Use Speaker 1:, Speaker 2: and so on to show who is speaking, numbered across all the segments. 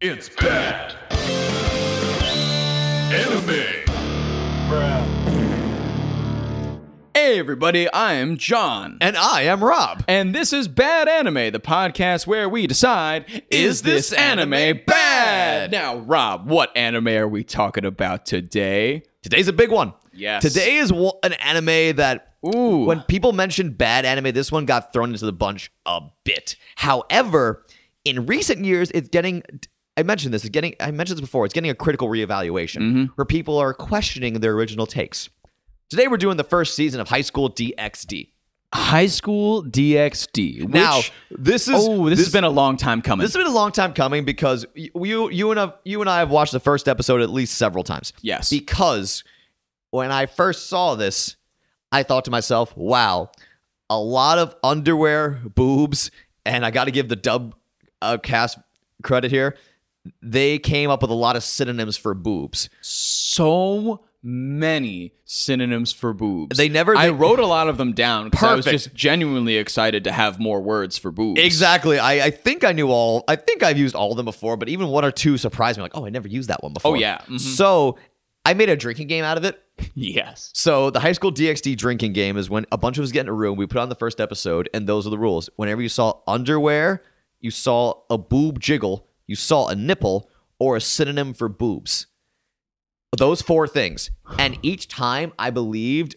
Speaker 1: It's bad. Enemy. Hey, everybody, I am John.
Speaker 2: And I am Rob.
Speaker 1: And this is Bad Anime, the podcast where we decide is, this, anime, bad?
Speaker 2: bad?
Speaker 1: Now, Rob, what anime are we talking about today?
Speaker 2: Today's a big one.
Speaker 1: Yes.
Speaker 2: Today is wa- an anime that
Speaker 1: Ooh.
Speaker 2: when people mentioned bad anime, this one got thrown into the bunch a bit. However, in recent years, it's getting I mentioned this, it's getting I mentioned this before, it's getting a critical reevaluation
Speaker 1: Mm-hmm.
Speaker 2: where people are questioning their original takes. Today we're doing the first season of High School DxD.
Speaker 1: High School DxD. Which,
Speaker 2: Now, this is
Speaker 1: oh, this, has been a long time coming.
Speaker 2: This has been a long time coming because y- you you and I, you and I have watched the first episode at least several times.
Speaker 1: Yes.
Speaker 2: Because when I first saw this, I thought to myself, "Wow, a lot of underwear, boobs, and I got to give the dub uh, cast credit here. They came up with a lot of synonyms for boobs.
Speaker 1: so many synonyms for boobs.
Speaker 2: They never-
Speaker 1: I
Speaker 2: they-
Speaker 1: wrote a lot of them down because I was
Speaker 2: Perfect.
Speaker 1: just genuinely excited to have more words for boobs.
Speaker 2: Exactly. I, I think I knew all. I think I've used all of them before, but even one or two surprised me. Like, oh, I never used that one before.
Speaker 1: Oh, yeah. Mhm.
Speaker 2: So I made a drinking game out of it.
Speaker 1: Yes.
Speaker 2: So the high school DxD drinking game is when a bunch of us get in a room. We put on the first episode, and those are the rules. Whenever you saw underwear, you saw a boob jiggle, you saw a nipple, or a synonym for boobs. Those four things, and each time I believed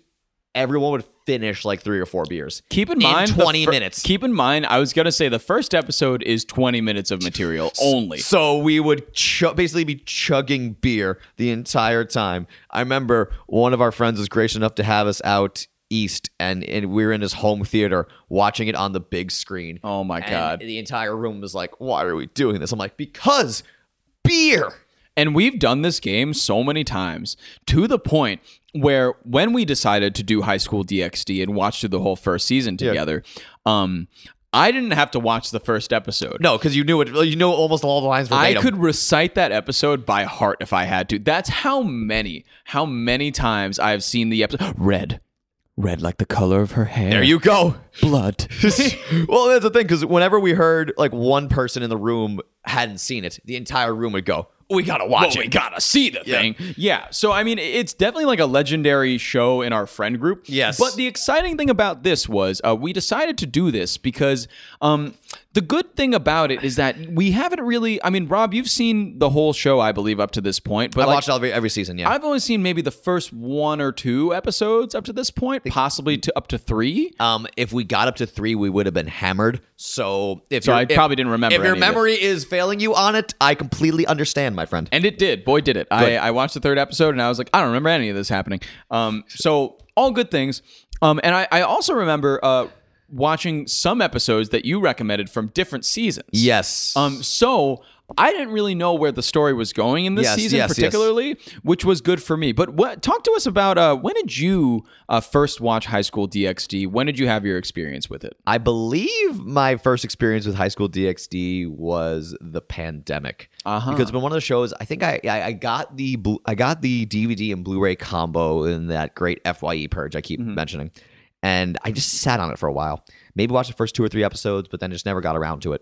Speaker 2: everyone would finish like three or four beers.
Speaker 1: Keep in,
Speaker 2: In
Speaker 1: mind the
Speaker 2: 20 minutes.
Speaker 1: Keep in mind, I was gonna say the first episode is twenty minutes of material only.
Speaker 2: So we would chu- basically be chugging beer the entire time. I remember one of our friends was gracious enough to have us out east, and, and we were in his home theater watching it on the big screen.
Speaker 1: Oh my
Speaker 2: And
Speaker 1: God.
Speaker 2: The entire room was like, "Why are we doing this?" I'm like, "Because beer."
Speaker 1: And we've done this game so many times to the point where when we decided to do High School DxD and watch through the whole first season together, um, I didn't have to watch the first episode.
Speaker 2: No, because you knew it. You know almost all the lines.
Speaker 1: I
Speaker 2: verbatim.
Speaker 1: could recite that episode by heart if I had to. That's how many, how many times I've seen the episode. Red, red like the color of her hair.
Speaker 2: There you go.
Speaker 1: blood.
Speaker 2: well, that's the thing, because whenever we heard like one person in the room hadn't seen it, the entire room would go, "We gotta watch
Speaker 1: Well,
Speaker 2: it.
Speaker 1: we gotta see the
Speaker 2: Yeah.
Speaker 1: thing. Yeah. So I mean, it's definitely like a legendary show in our friend group.
Speaker 2: Yes.
Speaker 1: But the exciting thing about this was uh, we decided to do this because um, the good thing about it is that we haven't really. I mean, Rob, you've seen the whole show, I believe, up to this point. But
Speaker 2: I
Speaker 1: like,
Speaker 2: watched every every season. Yeah,
Speaker 1: I've only seen maybe the first one or two episodes up to this point, possibly to up to three.
Speaker 2: Um, if we got up to three, we would have been hammered. So if
Speaker 1: So
Speaker 2: your-
Speaker 1: I
Speaker 2: if-
Speaker 1: probably didn't remember
Speaker 2: If your
Speaker 1: any of it.
Speaker 2: memory is failing you on it, I completely understand, my friend.
Speaker 1: And it did. Boy, did it. I, I watched the third episode and I was like, I don't remember any of this happening. Um, so, all good things. Um, and I, I also remember uh, watching some episodes that you recommended from different seasons.
Speaker 2: yes.
Speaker 1: Um, so, I didn't really know where the story was going in this
Speaker 2: Yes,
Speaker 1: season,
Speaker 2: yes, yes.
Speaker 1: particularly, which was good for me. But what, talk to us about uh, when did you uh, first watch High School DxD? When did you have your experience with it?
Speaker 2: I believe my first experience with High School DxD was the pandemic.
Speaker 1: Uh-huh.
Speaker 2: Because it's been one of the shows. I think I I, I got the blu- I got the DVD and Blu-ray combo in that great Fye purge I keep mentioning, and I just sat on it for a while. Maybe watched the first two or three episodes, but then just never got around to it.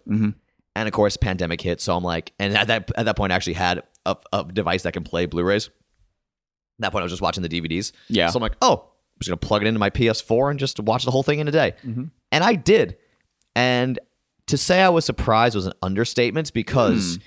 Speaker 2: And of course, pandemic hit, so I'm like, and at that at that point, I actually had a, a device that can play Blu-rays. At that point, I was just watching the DVDs.
Speaker 1: Yeah.
Speaker 2: So I'm like, oh, I'm just gonna plug it into my PS4 and just watch the whole thing in a day. And I did. And to say I was surprised was an understatement because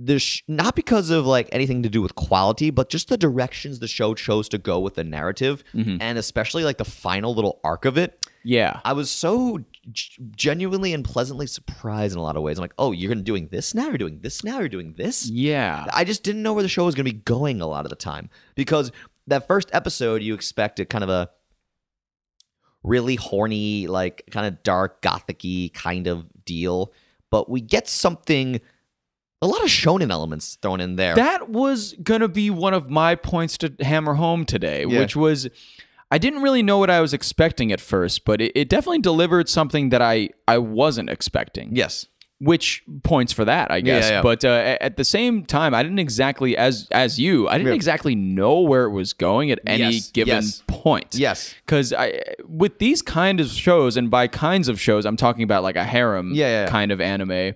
Speaker 2: the sh- not because of like anything to do with quality, but just the directions the show chose to go with the narrative, and especially like the final little arc of it.
Speaker 1: Yeah.
Speaker 2: I was so g- genuinely and pleasantly surprised in a lot of ways. I'm like, oh, you're gonna doing this now. You're doing this now. You're doing this.
Speaker 1: Yeah.
Speaker 2: I just didn't know where the show was going to be going a lot of the time because that first episode you expect a kind of a really horny, like kind of dark gothicy kind of deal, but we get something a lot of shonen elements thrown in there.
Speaker 1: That was going to be one of my points to hammer home today,
Speaker 2: Yeah.
Speaker 1: which was I didn't really know what I was expecting at first, but it, it definitely delivered something that I, I wasn't expecting,
Speaker 2: yes.
Speaker 1: which points for that, I guess.
Speaker 2: Yeah, yeah.
Speaker 1: But uh, a- at the same time, I didn't exactly, as as you, I didn't exactly know where it was going at any
Speaker 2: Yes,
Speaker 1: given
Speaker 2: yes.
Speaker 1: point.
Speaker 2: Yes.
Speaker 1: Because I, with these kind of shows, and by kinds of shows, I'm talking about like a harem
Speaker 2: Yeah, yeah, yeah.
Speaker 1: kind of anime.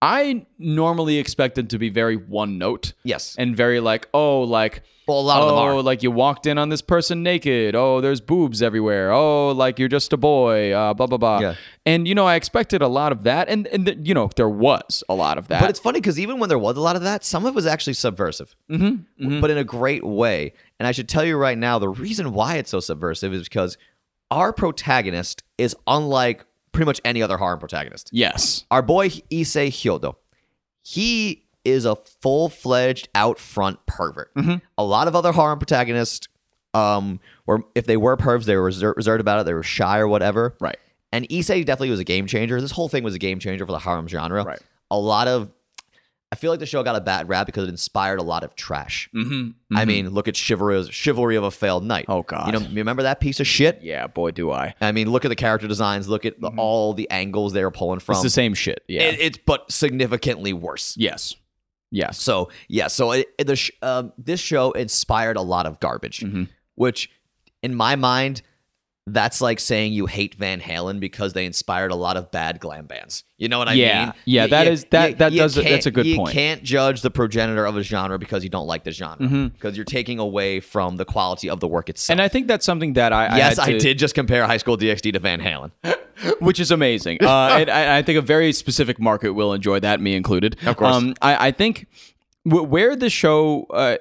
Speaker 1: I normally expect them to be very one note
Speaker 2: Yes.
Speaker 1: and very like, oh, like
Speaker 2: well, a lot
Speaker 1: oh,
Speaker 2: of them are.
Speaker 1: like you walked in on this person naked. Oh, there's boobs everywhere. Oh, like you're just a boy. Uh, blah blah blah.
Speaker 2: Yeah.
Speaker 1: And you know, I expected a lot of that, and and th- you know, there was a lot of that.
Speaker 2: But it's funny because even when there was a lot of that, some of it was actually subversive, mm-hmm, but in a great way. And I should tell you right now, the reason why it's so subversive is because our protagonist is unlike pretty much any other horror protagonist.
Speaker 1: yes,
Speaker 2: Our boy Issei Hyodo, he is a full fledged, out front pervert. A lot of other horror protagonists, um, were if they were pervs, they were reser- reserved about it, they were shy or whatever.
Speaker 1: right.
Speaker 2: And Issei definitely was a game changer. This whole thing was a game changer for the harem genre.
Speaker 1: Right.
Speaker 2: A lot of, I feel like the show got a bad rap because it inspired a lot of trash.
Speaker 1: Mm-hmm.
Speaker 2: I mean, look at Chivalry, Chivalry of a Failed Knight.
Speaker 1: Oh, God.
Speaker 2: you know, you remember that piece of shit?
Speaker 1: yeah, boy, do I.
Speaker 2: I mean, look at the character designs. Look at the, all the angles they were pulling from.
Speaker 1: It's the same shit. Yeah.
Speaker 2: It- it's but significantly worse.
Speaker 1: yes. Yes.
Speaker 2: So yeah, so it, it- the sh- um, this show inspired a lot of garbage,
Speaker 1: Mm-hmm.
Speaker 2: which in my mind, that's like saying you hate Van Halen because they inspired a lot of bad glam bands. You know what I
Speaker 1: Yeah.
Speaker 2: mean?
Speaker 1: Yeah, that
Speaker 2: that is
Speaker 1: is- that- that does- that's a good
Speaker 2: you
Speaker 1: point.
Speaker 2: can't judge the progenitor of a genre because you don't like the genre because you're taking away from the quality of the work itself.
Speaker 1: Mm-hmm. And I think that's something that I
Speaker 2: yes,
Speaker 1: I,
Speaker 2: I,
Speaker 1: had to-
Speaker 2: did just compare High School DxD to Van Halen.
Speaker 1: which is amazing. Uh, and I, I think a very specific market will enjoy that, me included. Of
Speaker 2: course.
Speaker 1: Um, I, I think w- where the show uh,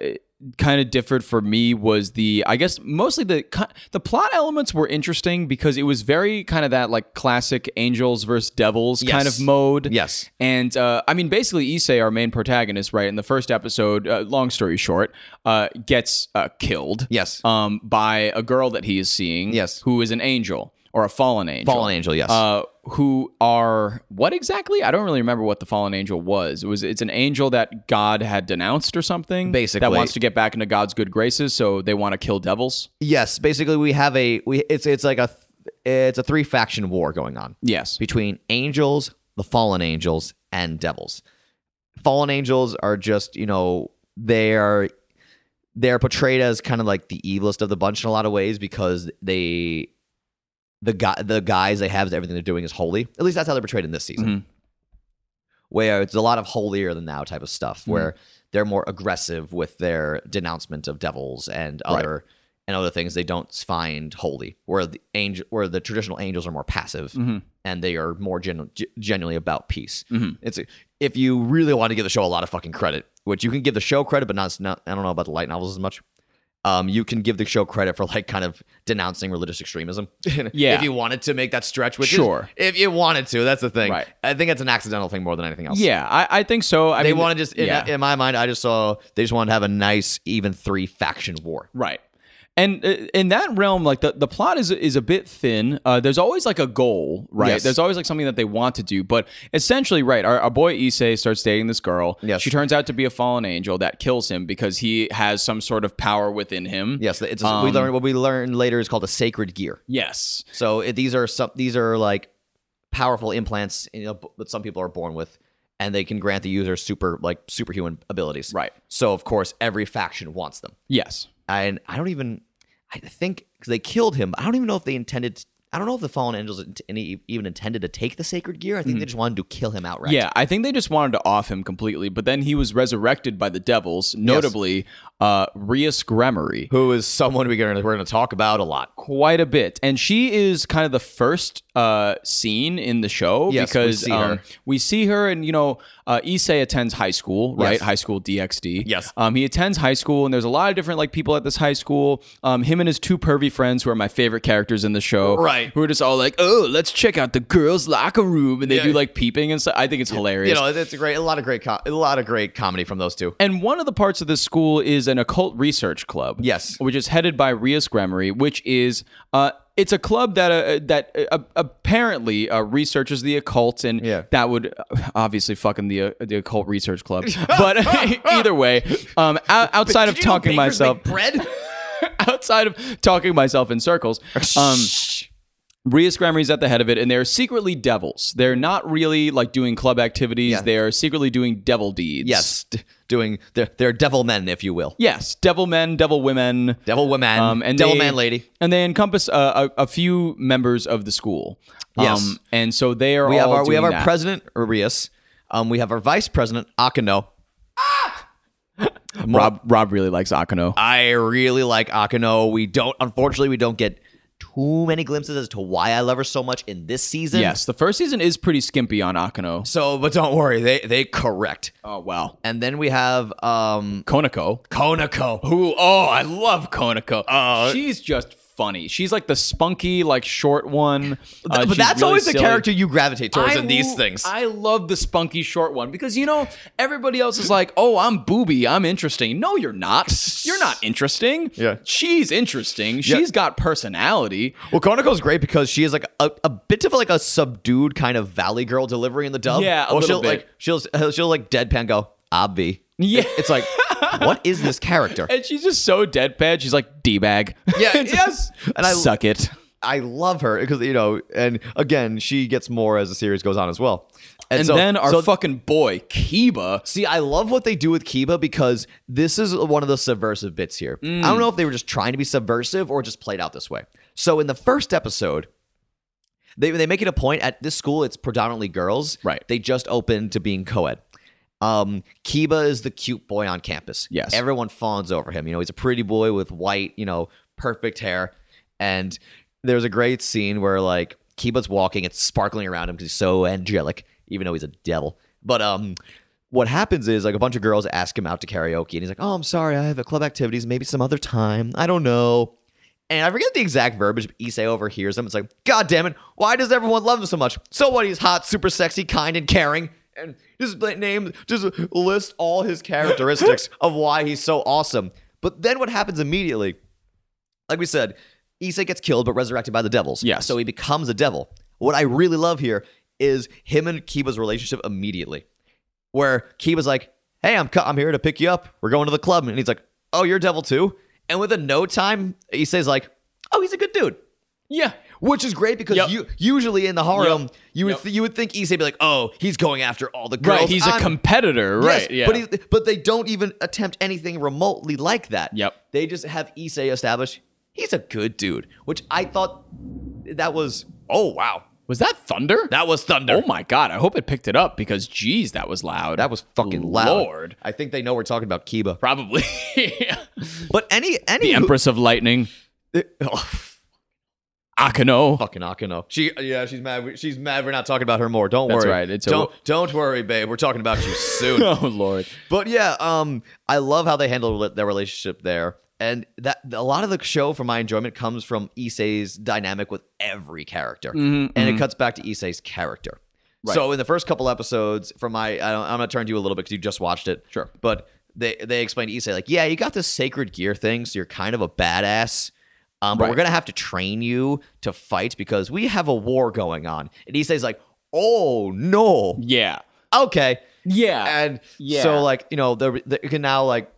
Speaker 1: kind of differed for me was the, I guess, mostly the ki- the plot elements were interesting because it was very kind of that like classic angels versus devils kind
Speaker 2: Yes.
Speaker 1: of mode.
Speaker 2: Yes.
Speaker 1: And uh, I mean, basically, Issei, our main protagonist, right in the first episode, uh, long story short, uh, gets uh, killed.
Speaker 2: Yes.
Speaker 1: Um, by a girl that he is seeing.
Speaker 2: Yes.
Speaker 1: Who is an angel or a fallen angel
Speaker 2: Fallen Angel, yes.
Speaker 1: uh, who are what exactly? I don't really remember what the fallen angel was. It was it's an angel that God had denounced or something.
Speaker 2: Basically.
Speaker 1: that wants to get back into God's good graces, so they want to kill devils.
Speaker 2: yes, basically we have a we it's it's like a th- it's a three faction war going on.
Speaker 1: Yes,
Speaker 2: between angels, the fallen angels, and devils. Fallen angels are just, you know, they are they're portrayed as kind of like the evilest of the bunch in a lot of ways because they the guy the guys they have everything they're doing is holy. At least that's how they're portrayed in this season. Where it's a lot of holier than thou type of stuff where they're more aggressive with their denouncement of devils and other and other things they don't find holy. Where the angel where the traditional angels are more passive
Speaker 1: Mm-hmm.
Speaker 2: and they are more genu- ge- genuinely about peace. It's if you really want to give the show a lot of fucking credit, which you can give the show credit, but not, not I don't know about the light novels as much. Um, you can give the show credit for like kind of denouncing religious extremism.
Speaker 1: Yeah.
Speaker 2: if you wanted to make that stretch, which is-
Speaker 1: Sure.
Speaker 2: if you wanted to, that's the thing.
Speaker 1: Right.
Speaker 2: I think that's an accidental thing more than anything else.
Speaker 1: yeah, I, I think so. I
Speaker 2: They
Speaker 1: mean,
Speaker 2: want to just in,
Speaker 1: yeah.
Speaker 2: in my mind, I just saw they just want to have a nice even three faction war.
Speaker 1: Right. And uh, in that realm, like the, the plot is is a bit thin. Uh, there's always like a goal, right?
Speaker 2: Yes.
Speaker 1: There's always like something that they want to do. But essentially, right, our, our boy Issei starts dating this girl.
Speaker 2: Yes.
Speaker 1: She turns out to be a fallen angel that kills him because he has some sort of power within him.
Speaker 2: Yes, it's
Speaker 1: Um,
Speaker 2: we learn what we learn later is called a sacred gear.
Speaker 1: Yes.
Speaker 2: So it, these are some these are like powerful implants you know, b- that some people are born with, and they can grant the user super like superhuman abilities.
Speaker 1: Right.
Speaker 2: So of course every faction wants them,
Speaker 1: Yes.
Speaker 2: and I don't even I think because they killed him, I don't even know if they intended. I don't know if the fallen angels int- any, even intended to take the sacred gear. I think they just wanted to kill him outright.
Speaker 1: Mm-hmm. Yeah, I think they just wanted to off him completely, but then he was resurrected by the devils, notably uh Rias Gremory.
Speaker 2: Who is someone we gonna, we're going to talk about a lot?
Speaker 1: quite a bit and she is kind of the first uh scene in the show
Speaker 2: Yes, we
Speaker 1: because
Speaker 2: see
Speaker 1: um,
Speaker 2: her.
Speaker 1: we see her and you know uh Issei attends high school right
Speaker 2: Yes.
Speaker 1: high school DxD
Speaker 2: Yes.
Speaker 1: um he attends high school and there's a lot of different like people at this high school um him and his two pervy friends who are my favorite characters in the show
Speaker 2: Right.
Speaker 1: who are just all like oh let's check out the girls locker room and they
Speaker 2: Yeah.
Speaker 1: do like peeping and stuff I think it's hilarious
Speaker 2: You know, it's a great, a lot of great, co- a lot of great comedy from those two.
Speaker 1: and one of the parts of this school is an occult research club.
Speaker 2: Yes.
Speaker 1: which is headed by Rias Gremory, which is uh, it's a club that uh, that uh, apparently uh, researches the occult, and
Speaker 2: Yeah.
Speaker 1: that would uh, obviously fucking the uh, the occult research club. but either way, um, out, outside of
Speaker 2: Did you know
Speaker 1: talking
Speaker 2: bakers
Speaker 1: myself,
Speaker 2: make bread.
Speaker 1: outside of talking myself in circles, um, Rias Grammar is at the head of it, and they're secretly devils. They're not really like doing club activities.
Speaker 2: Yeah.
Speaker 1: They're secretly doing devil deeds.
Speaker 2: yes, d- doing they're, they're devil men, if you will.
Speaker 1: Yes, devil men, devil women.
Speaker 2: Devil woman,
Speaker 1: Um, and
Speaker 2: Mm. devil
Speaker 1: they-
Speaker 2: man lady.
Speaker 1: and they encompass uh, a, a few members of the school.
Speaker 2: Yes.
Speaker 1: um, and so they are.
Speaker 2: We have
Speaker 1: all
Speaker 2: our we have
Speaker 1: doing
Speaker 2: our
Speaker 1: that.
Speaker 2: president Urias. Um, we have our vice president Akano.
Speaker 1: Rob Uh, Rob really likes Akano.
Speaker 2: I really like Akano. We don't, unfortunately, we don't get too many glimpses as to why I love her so much in this season.
Speaker 1: Yes, the first season is pretty skimpy on Akano.
Speaker 2: So, but don't worry, they they correct.
Speaker 1: Oh wow.
Speaker 2: And then we have um
Speaker 1: Konako.
Speaker 2: Konako.
Speaker 1: Who oh, I love Konako.
Speaker 2: Uh,
Speaker 1: She's just funny. She's like the spunky, like short one. Uh,
Speaker 2: but
Speaker 1: she's
Speaker 2: that's
Speaker 1: really
Speaker 2: always the
Speaker 1: silly.
Speaker 2: character you gravitate towards
Speaker 1: I
Speaker 2: in these
Speaker 1: lo-
Speaker 2: things.
Speaker 1: I love the spunky short one because you know everybody else is like, "Oh, I'm booby, I'm interesting." No, you're not. You're not interesting.
Speaker 2: Yeah.
Speaker 1: she's interesting. She's got personality.
Speaker 2: well, Konako's great because she is like a, a bit of like a subdued kind of valley girl delivery in the dub.
Speaker 1: Yeah, a
Speaker 2: Or
Speaker 1: little
Speaker 2: she'll
Speaker 1: bit.
Speaker 2: like she'll she'll like deadpan go obvi.
Speaker 1: Yeah.
Speaker 2: it's like what is this character?
Speaker 1: And she's just so deadpan. She's like d bag.
Speaker 2: Yeah,
Speaker 1: yes.
Speaker 2: And I-
Speaker 1: suck it.
Speaker 2: I love her because you know, and again, she gets more as the series goes on as well.
Speaker 1: And
Speaker 2: so-
Speaker 1: then our
Speaker 2: so-
Speaker 1: fucking boy Kiba.
Speaker 2: See, I love what they do with Kiba because this is one of the subversive bits here. I don't know if they were just trying to be subversive or just played out this way. So in the first episode, they they make it a point at this school. It's predominantly girls.
Speaker 1: Right.
Speaker 2: They just opened to being co-ed. Um, Kiba is the cute boy on campus.
Speaker 1: Yes.
Speaker 2: Everyone fawns over him. You know, he's a pretty boy with white, you know, perfect hair. And there's a great scene where like Kiba's walking, it's sparkling around him because he's so angelic, even though he's a devil. But um what happens is like a bunch of girls ask him out to karaoke and he's like, Oh, I'm sorry, I have a club activities, maybe some other time. I don't know. And I forget the exact verbiage, but Issei overhears him. It's like, God damn it, why does everyone love him so much? So what? He's hot, super sexy, kind, and caring. And just bl- name, just list all his characteristics of why he's so awesome. But then what happens immediately, like we said, Issei gets killed but resurrected by the devils.
Speaker 1: Yes.
Speaker 2: So he becomes a devil. What I really love here is him and Kiba's relationship immediately where Kiba's like, "Hey, I'm co- I'm here to pick you up. We're going to the club," and he's like, "Oh, you're a devil too." And within no time, he says like, "Oh, he's a good dude,"
Speaker 1: Yeah.
Speaker 2: which is great because
Speaker 1: Yep.
Speaker 2: you usually in the horror
Speaker 1: Yep.
Speaker 2: realm, you would
Speaker 1: Yep.
Speaker 2: th- you would think Issei be like, "Oh, he's going after all the girls."
Speaker 1: Right. He's a
Speaker 2: I'm-
Speaker 1: competitor.
Speaker 2: Yes,
Speaker 1: Right. Yeah.
Speaker 2: But he, but they don't even attempt anything remotely like that.
Speaker 1: Yep.
Speaker 2: They just have Issei establish he's a good dude, which I thought that was oh wow
Speaker 1: was that thunder?
Speaker 2: that was thunder.
Speaker 1: Oh my god! I hope it picked it up because geez, that was loud.
Speaker 2: That was fucking loud.
Speaker 1: Lord.
Speaker 2: I think they know we're talking about Kiba.
Speaker 1: Probably.
Speaker 2: But any any
Speaker 1: The Empress of Lightning, Akano.
Speaker 2: oh, fucking Akano. She yeah, she's mad. we- She's mad. We're not talking about her more. Don't
Speaker 1: That's
Speaker 2: worry.
Speaker 1: right, it's
Speaker 2: don't
Speaker 1: a-
Speaker 2: don't worry, babe. We're talking about you soon.
Speaker 1: Oh lord.
Speaker 2: but yeah, um, I love how they handle rela- their relationship there, and that a lot of the show for my enjoyment comes from Issei's dynamic with every character, and it cuts back to Issei's character.
Speaker 1: Mm-hmm, Right.
Speaker 2: So in the first couple episodes, from my I don't, I'm gonna turn to you a little bit because you just watched it.
Speaker 1: Sure.
Speaker 2: But they they explain to Issei like, yeah, you got this sacred gear thing, so you're kind of a badass. Um, but we're
Speaker 1: Right.
Speaker 2: gonna have to train you to fight because we have a war going on. And Issei's like, oh no,
Speaker 1: Yeah.
Speaker 2: okay.
Speaker 1: Yeah.
Speaker 2: And
Speaker 1: yeah.
Speaker 2: so like you know there there- you can now like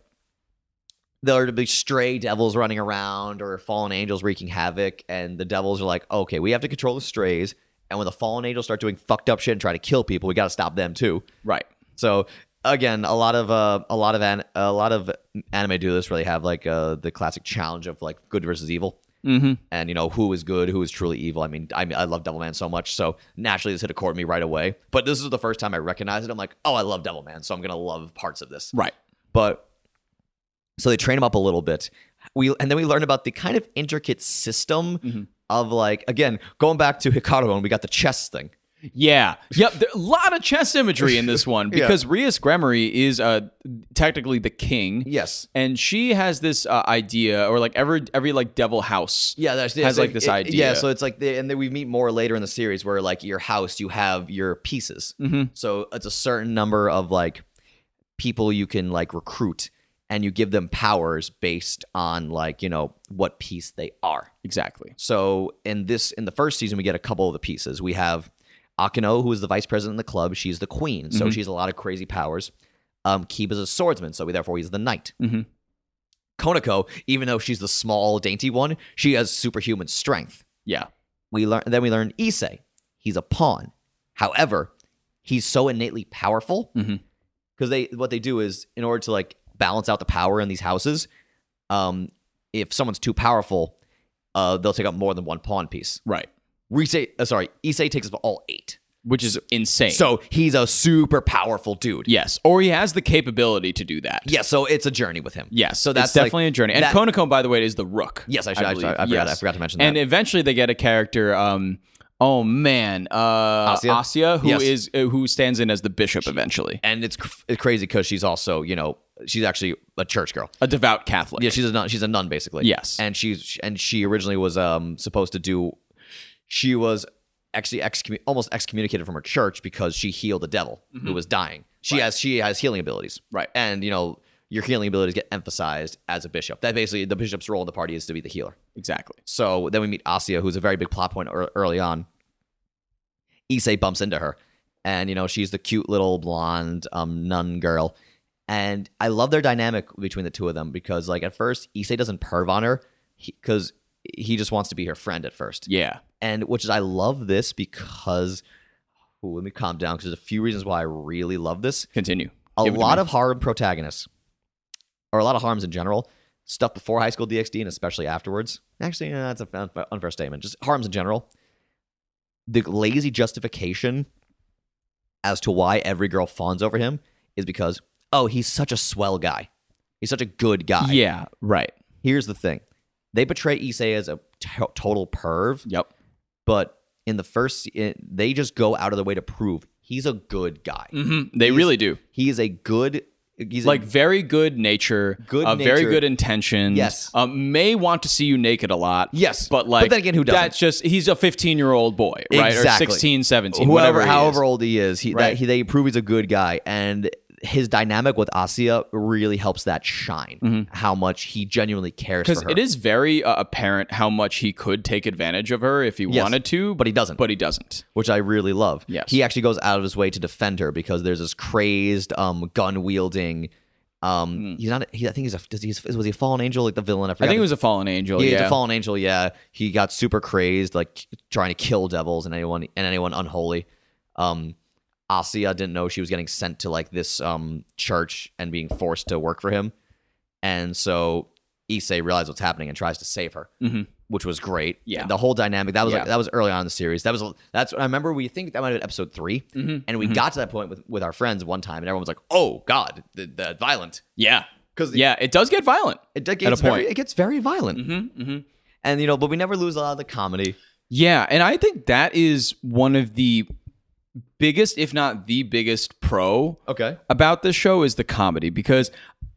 Speaker 2: there'll be stray devils running around or fallen angels wreaking havoc, and the devils are like, okay, we have to control the strays. And when the fallen angels start doing fucked up shit and try to kill people, we got to stop them too.
Speaker 1: right.
Speaker 2: So again, a lot of uh, a lot of an- a lot of anime do this really have like uh, the classic challenge of like good versus evil, mm-hmm. and you know who is good, who is truly evil. I mean, I mean, I love Devilman so much, so naturally this hit a chord in me right away. But this is the first time I recognized it. I'm like, oh, I love Devilman, so I'm gonna love parts of this.
Speaker 1: Right.
Speaker 2: But so they train him up a little bit. We and then we learn about the kind of intricate system of like again going back to Hikaru and we got the chess thing.
Speaker 1: Yeah. Yep. There, a lot of chess imagery in this one
Speaker 2: Yeah.
Speaker 1: because Rias Gremory is uh, technically the king.
Speaker 2: Yes.
Speaker 1: And she has this uh, idea, or like every every like devil house.
Speaker 2: Yeah, that's
Speaker 1: has
Speaker 2: so
Speaker 1: like this
Speaker 2: it-
Speaker 1: idea.
Speaker 2: Yeah, so it's like, they, and then we meet more later in the series where like your house, you have your pieces. Mm-hmm. So it's a certain number of like people you can like recruit, and you give them powers based on like you know what piece they are.
Speaker 1: exactly.
Speaker 2: So in this, in the first season, we get a couple of the pieces. We have Akino, who is the vice president of the club. She's the queen,
Speaker 1: Mm-hmm.
Speaker 2: so she's a lot of crazy powers. Um, Kiba's a swordsman, so therefore he's the knight.
Speaker 1: Mhm.
Speaker 2: Konako, even though she's the small, dainty one, she has superhuman strength.
Speaker 1: Yeah.
Speaker 2: We learn then we learn Issei. He's a pawn. However, he's so innately powerful because
Speaker 1: Mhm.
Speaker 2: they what they do is in order to like balance out the power in these houses, um, if someone's too powerful, uh, they'll take up more than one pawn piece.
Speaker 1: Right.
Speaker 2: Rise, uh, sorry, Issei takes up all eight.
Speaker 1: which is insane.
Speaker 2: So he's a super powerful dude.
Speaker 1: yes, or he has the capability to do that.
Speaker 2: Yeah, so it's a journey with him.
Speaker 1: Yes,
Speaker 2: So
Speaker 1: so
Speaker 2: that's
Speaker 1: that's definitely a
Speaker 2: like-
Speaker 1: journey. And
Speaker 2: that-
Speaker 1: Konako, by the way, is the Rook.
Speaker 2: Yes, I should- I
Speaker 1: believe.
Speaker 2: sorry, I forgot- I forgot to mention
Speaker 1: And
Speaker 2: that.
Speaker 1: eventually, they get a character. Um, oh man, uh,
Speaker 2: Asya?
Speaker 1: Asya, who
Speaker 2: Yes.
Speaker 1: is- uh, who stands in as the bishop eventually,
Speaker 2: And it's, cr- it's crazy because she's also, you know, she's actually a church girl.
Speaker 1: a devout Catholic.
Speaker 2: Yeah, she's a nun. She's a nun basically.
Speaker 1: Yes.
Speaker 2: and she's and she originally was um supposed to do. She was actually excommu- almost excommunicated from her church because she healed the devil who was dying. She has she has healing abilities.
Speaker 1: Mm-hmm. Right.
Speaker 2: and you know your healing abilities get emphasized as a bishop. That basically the bishop's role in the party is to be the healer.
Speaker 1: exactly.
Speaker 2: So then we meet Asya, who's a very big plot point ear- early on. Issei bumps into her, and you know she's the cute little blonde um, nun girl, and I love their dynamic between the two of them because like at first Issei doesn't perv on her because he, just wants to be her friend at first,
Speaker 1: Yeah,
Speaker 2: and which is I love this because ooh, let me calm down because there's a few reasons why I really love this.
Speaker 1: continue.
Speaker 2: A
Speaker 1: Give it to
Speaker 2: lot
Speaker 1: me.
Speaker 2: of harm protagonists, or a lot of harms in general, stuff before high school DxD and especially afterwards. Actually, no, that's an unfair, unfair statement. Just harms in general. The lazy justification as to why every girl fawns over him is because, oh, he's such a swell guy. He's such a good guy.
Speaker 1: yeah, right.
Speaker 2: Here's the thing they portray Issei as a t- total perv,
Speaker 1: Yep.
Speaker 2: but in the first, in, they just go out of their way to prove he's a good guy.
Speaker 1: Mhm. They really do.
Speaker 2: He is a good. He's
Speaker 1: like
Speaker 2: a,
Speaker 1: very good nature,
Speaker 2: Good
Speaker 1: uh, very
Speaker 2: nature.
Speaker 1: good intentions.
Speaker 2: Yes.
Speaker 1: um, may want to see you naked a lot.
Speaker 2: Yes.
Speaker 1: but
Speaker 2: But
Speaker 1: like
Speaker 2: then again, who doesn't?
Speaker 1: That's just he's a 15 year old boy, right?
Speaker 2: Exactly.
Speaker 1: Or 16, 17,
Speaker 2: whoever,
Speaker 1: whatever. he is.
Speaker 2: however old he is, he,
Speaker 1: Right.
Speaker 2: that, he they prove he's a good guy, and his dynamic with Asya really helps that shine. How much he genuinely cares
Speaker 1: because
Speaker 2: for her,
Speaker 1: Mm-hmm. it is very uh, apparent how much he could take advantage of her if he
Speaker 2: Yes.
Speaker 1: wanted to,
Speaker 2: but he doesn't,
Speaker 1: but he doesn't.
Speaker 2: which I really love.
Speaker 1: Yes.
Speaker 2: he actually goes out of his way to defend her because there's this crazed um, gun wielding. Um, he's not. He, I think he's a. Does he, was he a fallen angel like the villain?
Speaker 1: Hmm.
Speaker 2: I,
Speaker 1: I
Speaker 2: forgot
Speaker 1: think
Speaker 2: his
Speaker 1: he was a fallen angel.
Speaker 2: Yeah,
Speaker 1: Oh, Yeah,
Speaker 2: he's a fallen angel. Yeah, he got super crazed, like trying to kill devils and anyone and anyone unholy. Um, Asya didn't know she was getting sent to like this um church and being forced to work for him, and so Issei realized what's happening and tries to save her,
Speaker 1: Mhm.
Speaker 2: which was great.
Speaker 1: Yeah.
Speaker 2: the whole dynamic that was like
Speaker 1: Yeah.
Speaker 2: that was early on in the series. That was that's I remember. We think that might have been episode 3
Speaker 1: Mm-hmm.
Speaker 2: and we got to that point with with our friends one time, and everyone was like, "Oh God, the, the violent."
Speaker 1: yeah,
Speaker 2: 'Cause the-
Speaker 1: yeah, it does get violent.
Speaker 2: It, it gets
Speaker 1: a point. Mm-hmm,
Speaker 2: very it gets very violent, and you know, but we never lose a lot of the comedy.
Speaker 1: Yeah, and I think that is one of the biggest, if not the biggest, pro
Speaker 2: Okay.
Speaker 1: about this show is the comedy because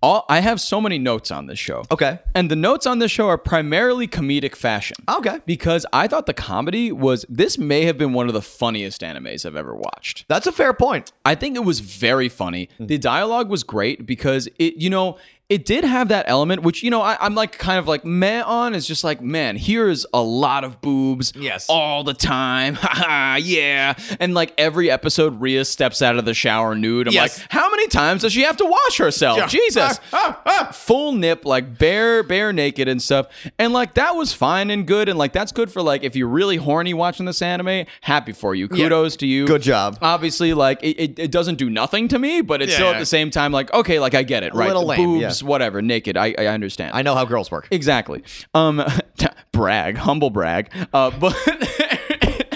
Speaker 1: all I have so many notes on this show.
Speaker 2: Okay.
Speaker 1: And the notes on this show are primarily comedic fashion.
Speaker 2: Okay.
Speaker 1: Because I thought the comedy was this may have been one of the funniest animes I've ever watched.
Speaker 2: That's a fair point.
Speaker 1: I think it was very funny.
Speaker 2: Mm-hmm.
Speaker 1: The dialogue was great because it, you know, it did have that element, which, you know, I, I'm like kind of like meh on. It's just like, man, here is a lot of boobs
Speaker 2: Yes.
Speaker 1: all the time. Ha ha, yeah. And like every episode, Rhea steps out of the shower nude. I'm
Speaker 2: Yes.
Speaker 1: like, how many times does she have to wash herself?
Speaker 2: Yeah.
Speaker 1: Jesus.
Speaker 2: Ah, ah,
Speaker 1: Full nip, like bare, bare naked and stuff. And like that was fine and good. And like that's good for like if you're really horny watching this anime, happy for you. Kudos to you
Speaker 2: Good job.
Speaker 1: obviously like it, it, it doesn't do nothing to me but it's
Speaker 2: Yeah,
Speaker 1: still
Speaker 2: yeah.
Speaker 1: at the same time like okay like i get it right
Speaker 2: little
Speaker 1: The
Speaker 2: lame,
Speaker 1: boobs whatever naked i, I understand
Speaker 2: I know how girls work.
Speaker 1: exactly um brag humble brag uh but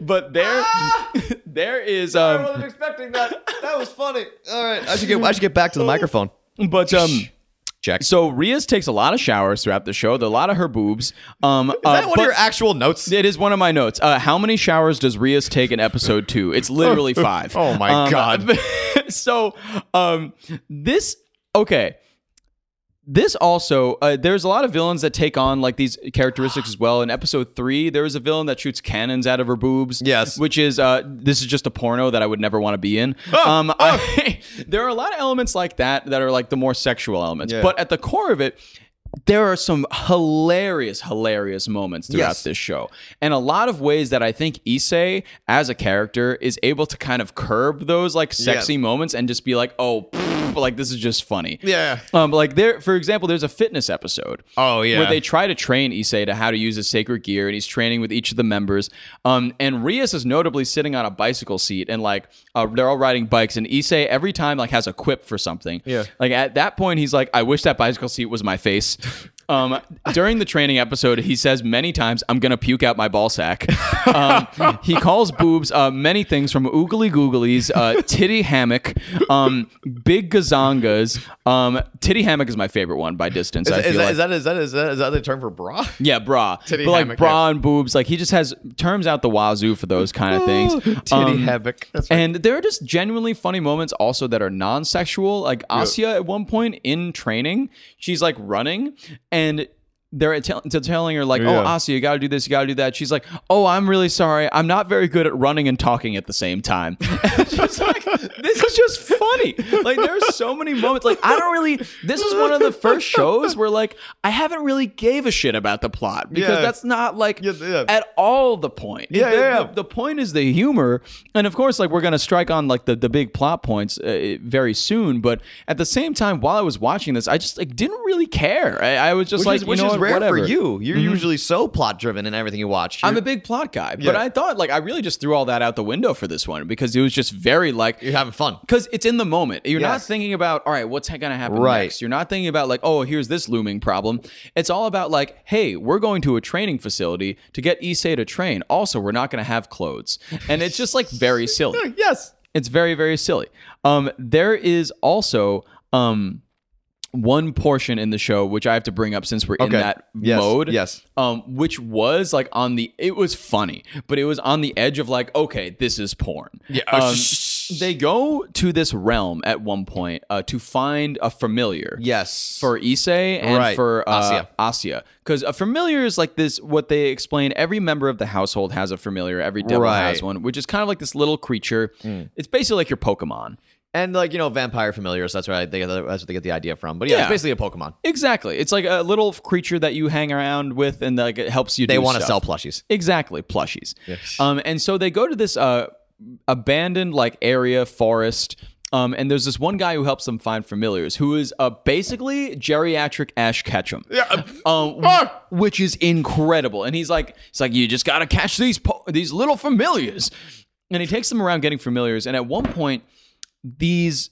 Speaker 1: but there there is um
Speaker 2: wasn't expecting that. That was funny. All right. I should get I should get back to the microphone.
Speaker 1: but um
Speaker 2: Check.
Speaker 1: so
Speaker 2: So
Speaker 1: ria's takes a lot of showers throughout the show a lot of her boobs um
Speaker 2: is
Speaker 1: uh,
Speaker 2: that one
Speaker 1: but-
Speaker 2: of your actual notes?
Speaker 1: It is one of my notes. Uh, how many showers does Rias take in episode two? It's literally five.
Speaker 2: Oh my
Speaker 1: Um,
Speaker 2: God.
Speaker 1: so um, this okay. This also, uh, there's a lot of villains that take on like these characteristics as well. In episode three, there was a villain that shoots cannons out of her boobs.
Speaker 2: Yes.
Speaker 1: which is uh, this is just a porno that I would never want to be in.
Speaker 2: Oh,
Speaker 1: um, I- there are a lot of elements like that that are like the more sexual elements,
Speaker 2: Yeah.
Speaker 1: but at the core of it, there are some hilarious, hilarious moments throughout
Speaker 2: Yes.
Speaker 1: this show. And a lot of ways that I think Issei, as a character, is able to kind of curb those like sexy moments and just be like, oh, pfft, like this is just funny.
Speaker 2: Yeah.
Speaker 1: Um, like there, for example, there's a fitness episode
Speaker 2: Oh yeah.
Speaker 1: where they try to train Issei to how to use his sacred gear, and he's training with each of the members. Um, and Rias is notably sitting on a bicycle seat, and like uh, they're all riding bikes, and Issei every time like has a quip for something.
Speaker 2: Yeah.
Speaker 1: Like at that point, he's like, "I wish that bicycle seat was my face." Um, during the training episode, he says many times, "I'm gonna puke out my ball sack." Um, he calls boobs uh, many things from oogly googlies, uh, titty hammock, um, big gazongas. Um, titty hammock is my favorite one by distance. I
Speaker 2: Is,
Speaker 1: feel
Speaker 2: that,
Speaker 1: like.
Speaker 2: is, that, is, that, is, that, is that the term for bra?
Speaker 1: Yeah, bra.
Speaker 3: Titty
Speaker 1: but like
Speaker 3: hammock,
Speaker 1: bra and boobs, like he just has terms out the wazoo for those kind of things.
Speaker 2: Titty
Speaker 1: Um,
Speaker 2: havoc. That's right.
Speaker 1: and there are just genuinely funny moments also that are non-sexual. Like Asya at one point in training, she's like running and they're, tell- they're telling her like, "Oh,
Speaker 3: Yeah.
Speaker 1: Asya, you got to do this, you got to do that." She's like, "Oh, I'm really sorry. I'm not very good at running and talking at the same time." And she's like, "This is just funny." Like there's so many moments like I don't really this is one of the first shows where like I haven't really gave a shit about the plot because
Speaker 3: Yeah.
Speaker 1: that's not like
Speaker 3: Yeah, yeah.
Speaker 1: at all the point.
Speaker 3: Yeah,
Speaker 1: The-
Speaker 3: yeah, yeah.
Speaker 1: the- the point is the humor and of course like we're going to strike on like the, the big plot points uh, very soon but at the same time while i was watching this i just like didn't really care i, I was just
Speaker 2: which
Speaker 1: like
Speaker 2: is,
Speaker 1: you
Speaker 2: which
Speaker 1: know
Speaker 2: is
Speaker 1: what,
Speaker 2: rare
Speaker 1: whatever Mm-hmm.
Speaker 2: for you. You're usually so plot driven in everything you watch.
Speaker 1: I'm
Speaker 2: You're-
Speaker 1: a big plot guy, but
Speaker 3: Yeah.
Speaker 1: I thought like I really just threw all that out the window for this one because it was just very like
Speaker 2: you're having fun.
Speaker 1: because it's in the moment. You're not
Speaker 2: Yes.
Speaker 1: thinking about all right, what's going to happen
Speaker 2: Right.
Speaker 1: next. You're not thinking about like, oh, here's this looming problem. It's all about like, hey, we're going to a training facility to get Issei to train. Also, we're not going to have clothes, and it's just like very silly.
Speaker 3: Yes.
Speaker 1: It's very, very silly. Um, there is also um, one portion in the show which I have to bring up since we're in
Speaker 2: Okay.
Speaker 1: that
Speaker 2: Yes.
Speaker 1: mode.
Speaker 2: Yes.
Speaker 1: Um, which was like on the it was funny, but it was on the edge of like, okay, this is porn. Yeah. Um, they go to this realm at one point uh, to find a familiar
Speaker 2: Yes.
Speaker 1: for Issei and
Speaker 2: Right.
Speaker 1: for uh,
Speaker 2: Asya.
Speaker 1: Asya. Because a familiar is like this, what they explain every member of the household has a familiar, every devil
Speaker 2: Right. Mm.
Speaker 1: has one, which is kind of like this little creature. It's basically like your Pokemon.
Speaker 2: and like you know vampire familiars. That's where I think that's what they get the idea from. But yeah,
Speaker 1: Yeah.
Speaker 2: it's basically a Pokemon.
Speaker 1: Exactly. It's like a little creature that you hang around with and like it helps you
Speaker 2: They
Speaker 1: do
Speaker 2: want to
Speaker 1: stuff.
Speaker 2: sell plushies.
Speaker 1: Exactly, plushies. Um, and so they go to this uh, abandoned like area forest. Um, and there's this one guy who helps them find familiars, who is uh, basically geriatric Ash Ketchum. Yeah. Um, which is incredible. And he's like, it's like you just gotta catch these po- these little familiars. And he takes them around getting familiars. And at one point, these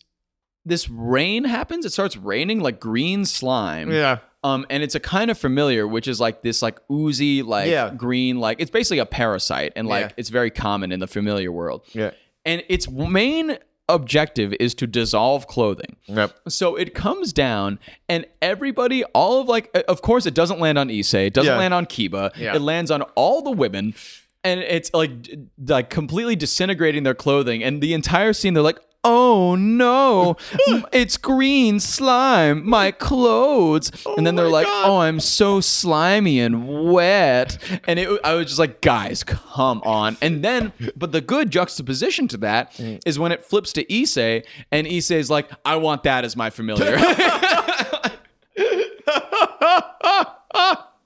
Speaker 1: this rain happens. It starts raining like green slime.
Speaker 3: Yeah.
Speaker 1: Um, and it's a kind of familiar, which is like this like oozy, like
Speaker 3: Yeah.
Speaker 1: green, like it's basically a parasite, and like
Speaker 3: Yeah.
Speaker 1: it's very common in the familiar world.
Speaker 3: Yeah.
Speaker 1: And its main objective is to dissolve clothing.
Speaker 2: Yep.
Speaker 1: So it comes down, and everybody, all of like, uh, of course, it doesn't land on Issei, it doesn't
Speaker 3: Yeah.
Speaker 1: land on Kiba,
Speaker 3: Yeah.
Speaker 1: it lands on all the women, and it's like, d- like completely disintegrating their clothing. And the entire scene, they're like, oh no, m- it's green slime, my clothes. and then they're
Speaker 3: my
Speaker 1: like,
Speaker 3: God.
Speaker 1: oh, I'm so slimy and wet. And it, I was just like, guys, come on. And then, but the good juxtaposition to that is when it flips to Issei, and Issei's like, I want that as my familiar.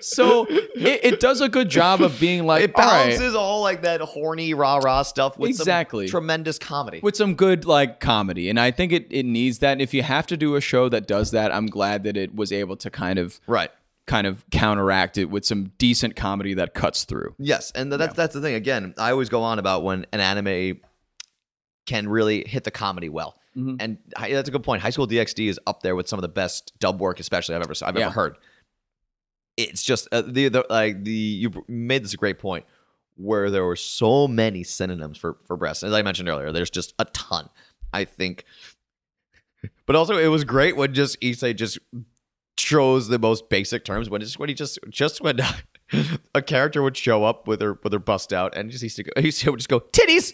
Speaker 1: so it, it does a good job of being like,
Speaker 2: It
Speaker 1: all right,
Speaker 2: balances all like that horny rah rah stuff with
Speaker 1: Exactly.
Speaker 2: some tremendous comedy.
Speaker 1: with some good like comedy and i think it, it needs that and if you have to do a show that does that i'm glad that it was able to kind of
Speaker 2: right.
Speaker 1: kind of counteract it with some decent comedy that cuts through
Speaker 2: Yes, and that's that's the thing. Again, I always go on about when an anime can really hit the comedy well, and hi- that's a good point. High School DxD is up there with some of the best dub work, especially I've ever I've
Speaker 1: Yeah.
Speaker 2: ever heard. It's just uh, the, the like the you br- made this a great point where there were so many synonyms for for breasts. As I mentioned earlier, there's just a ton. I think, but also it was great when just Issei just chose the most basic terms when just when he just just when a character would show up with her with her bust out and just used to go he used to just go titties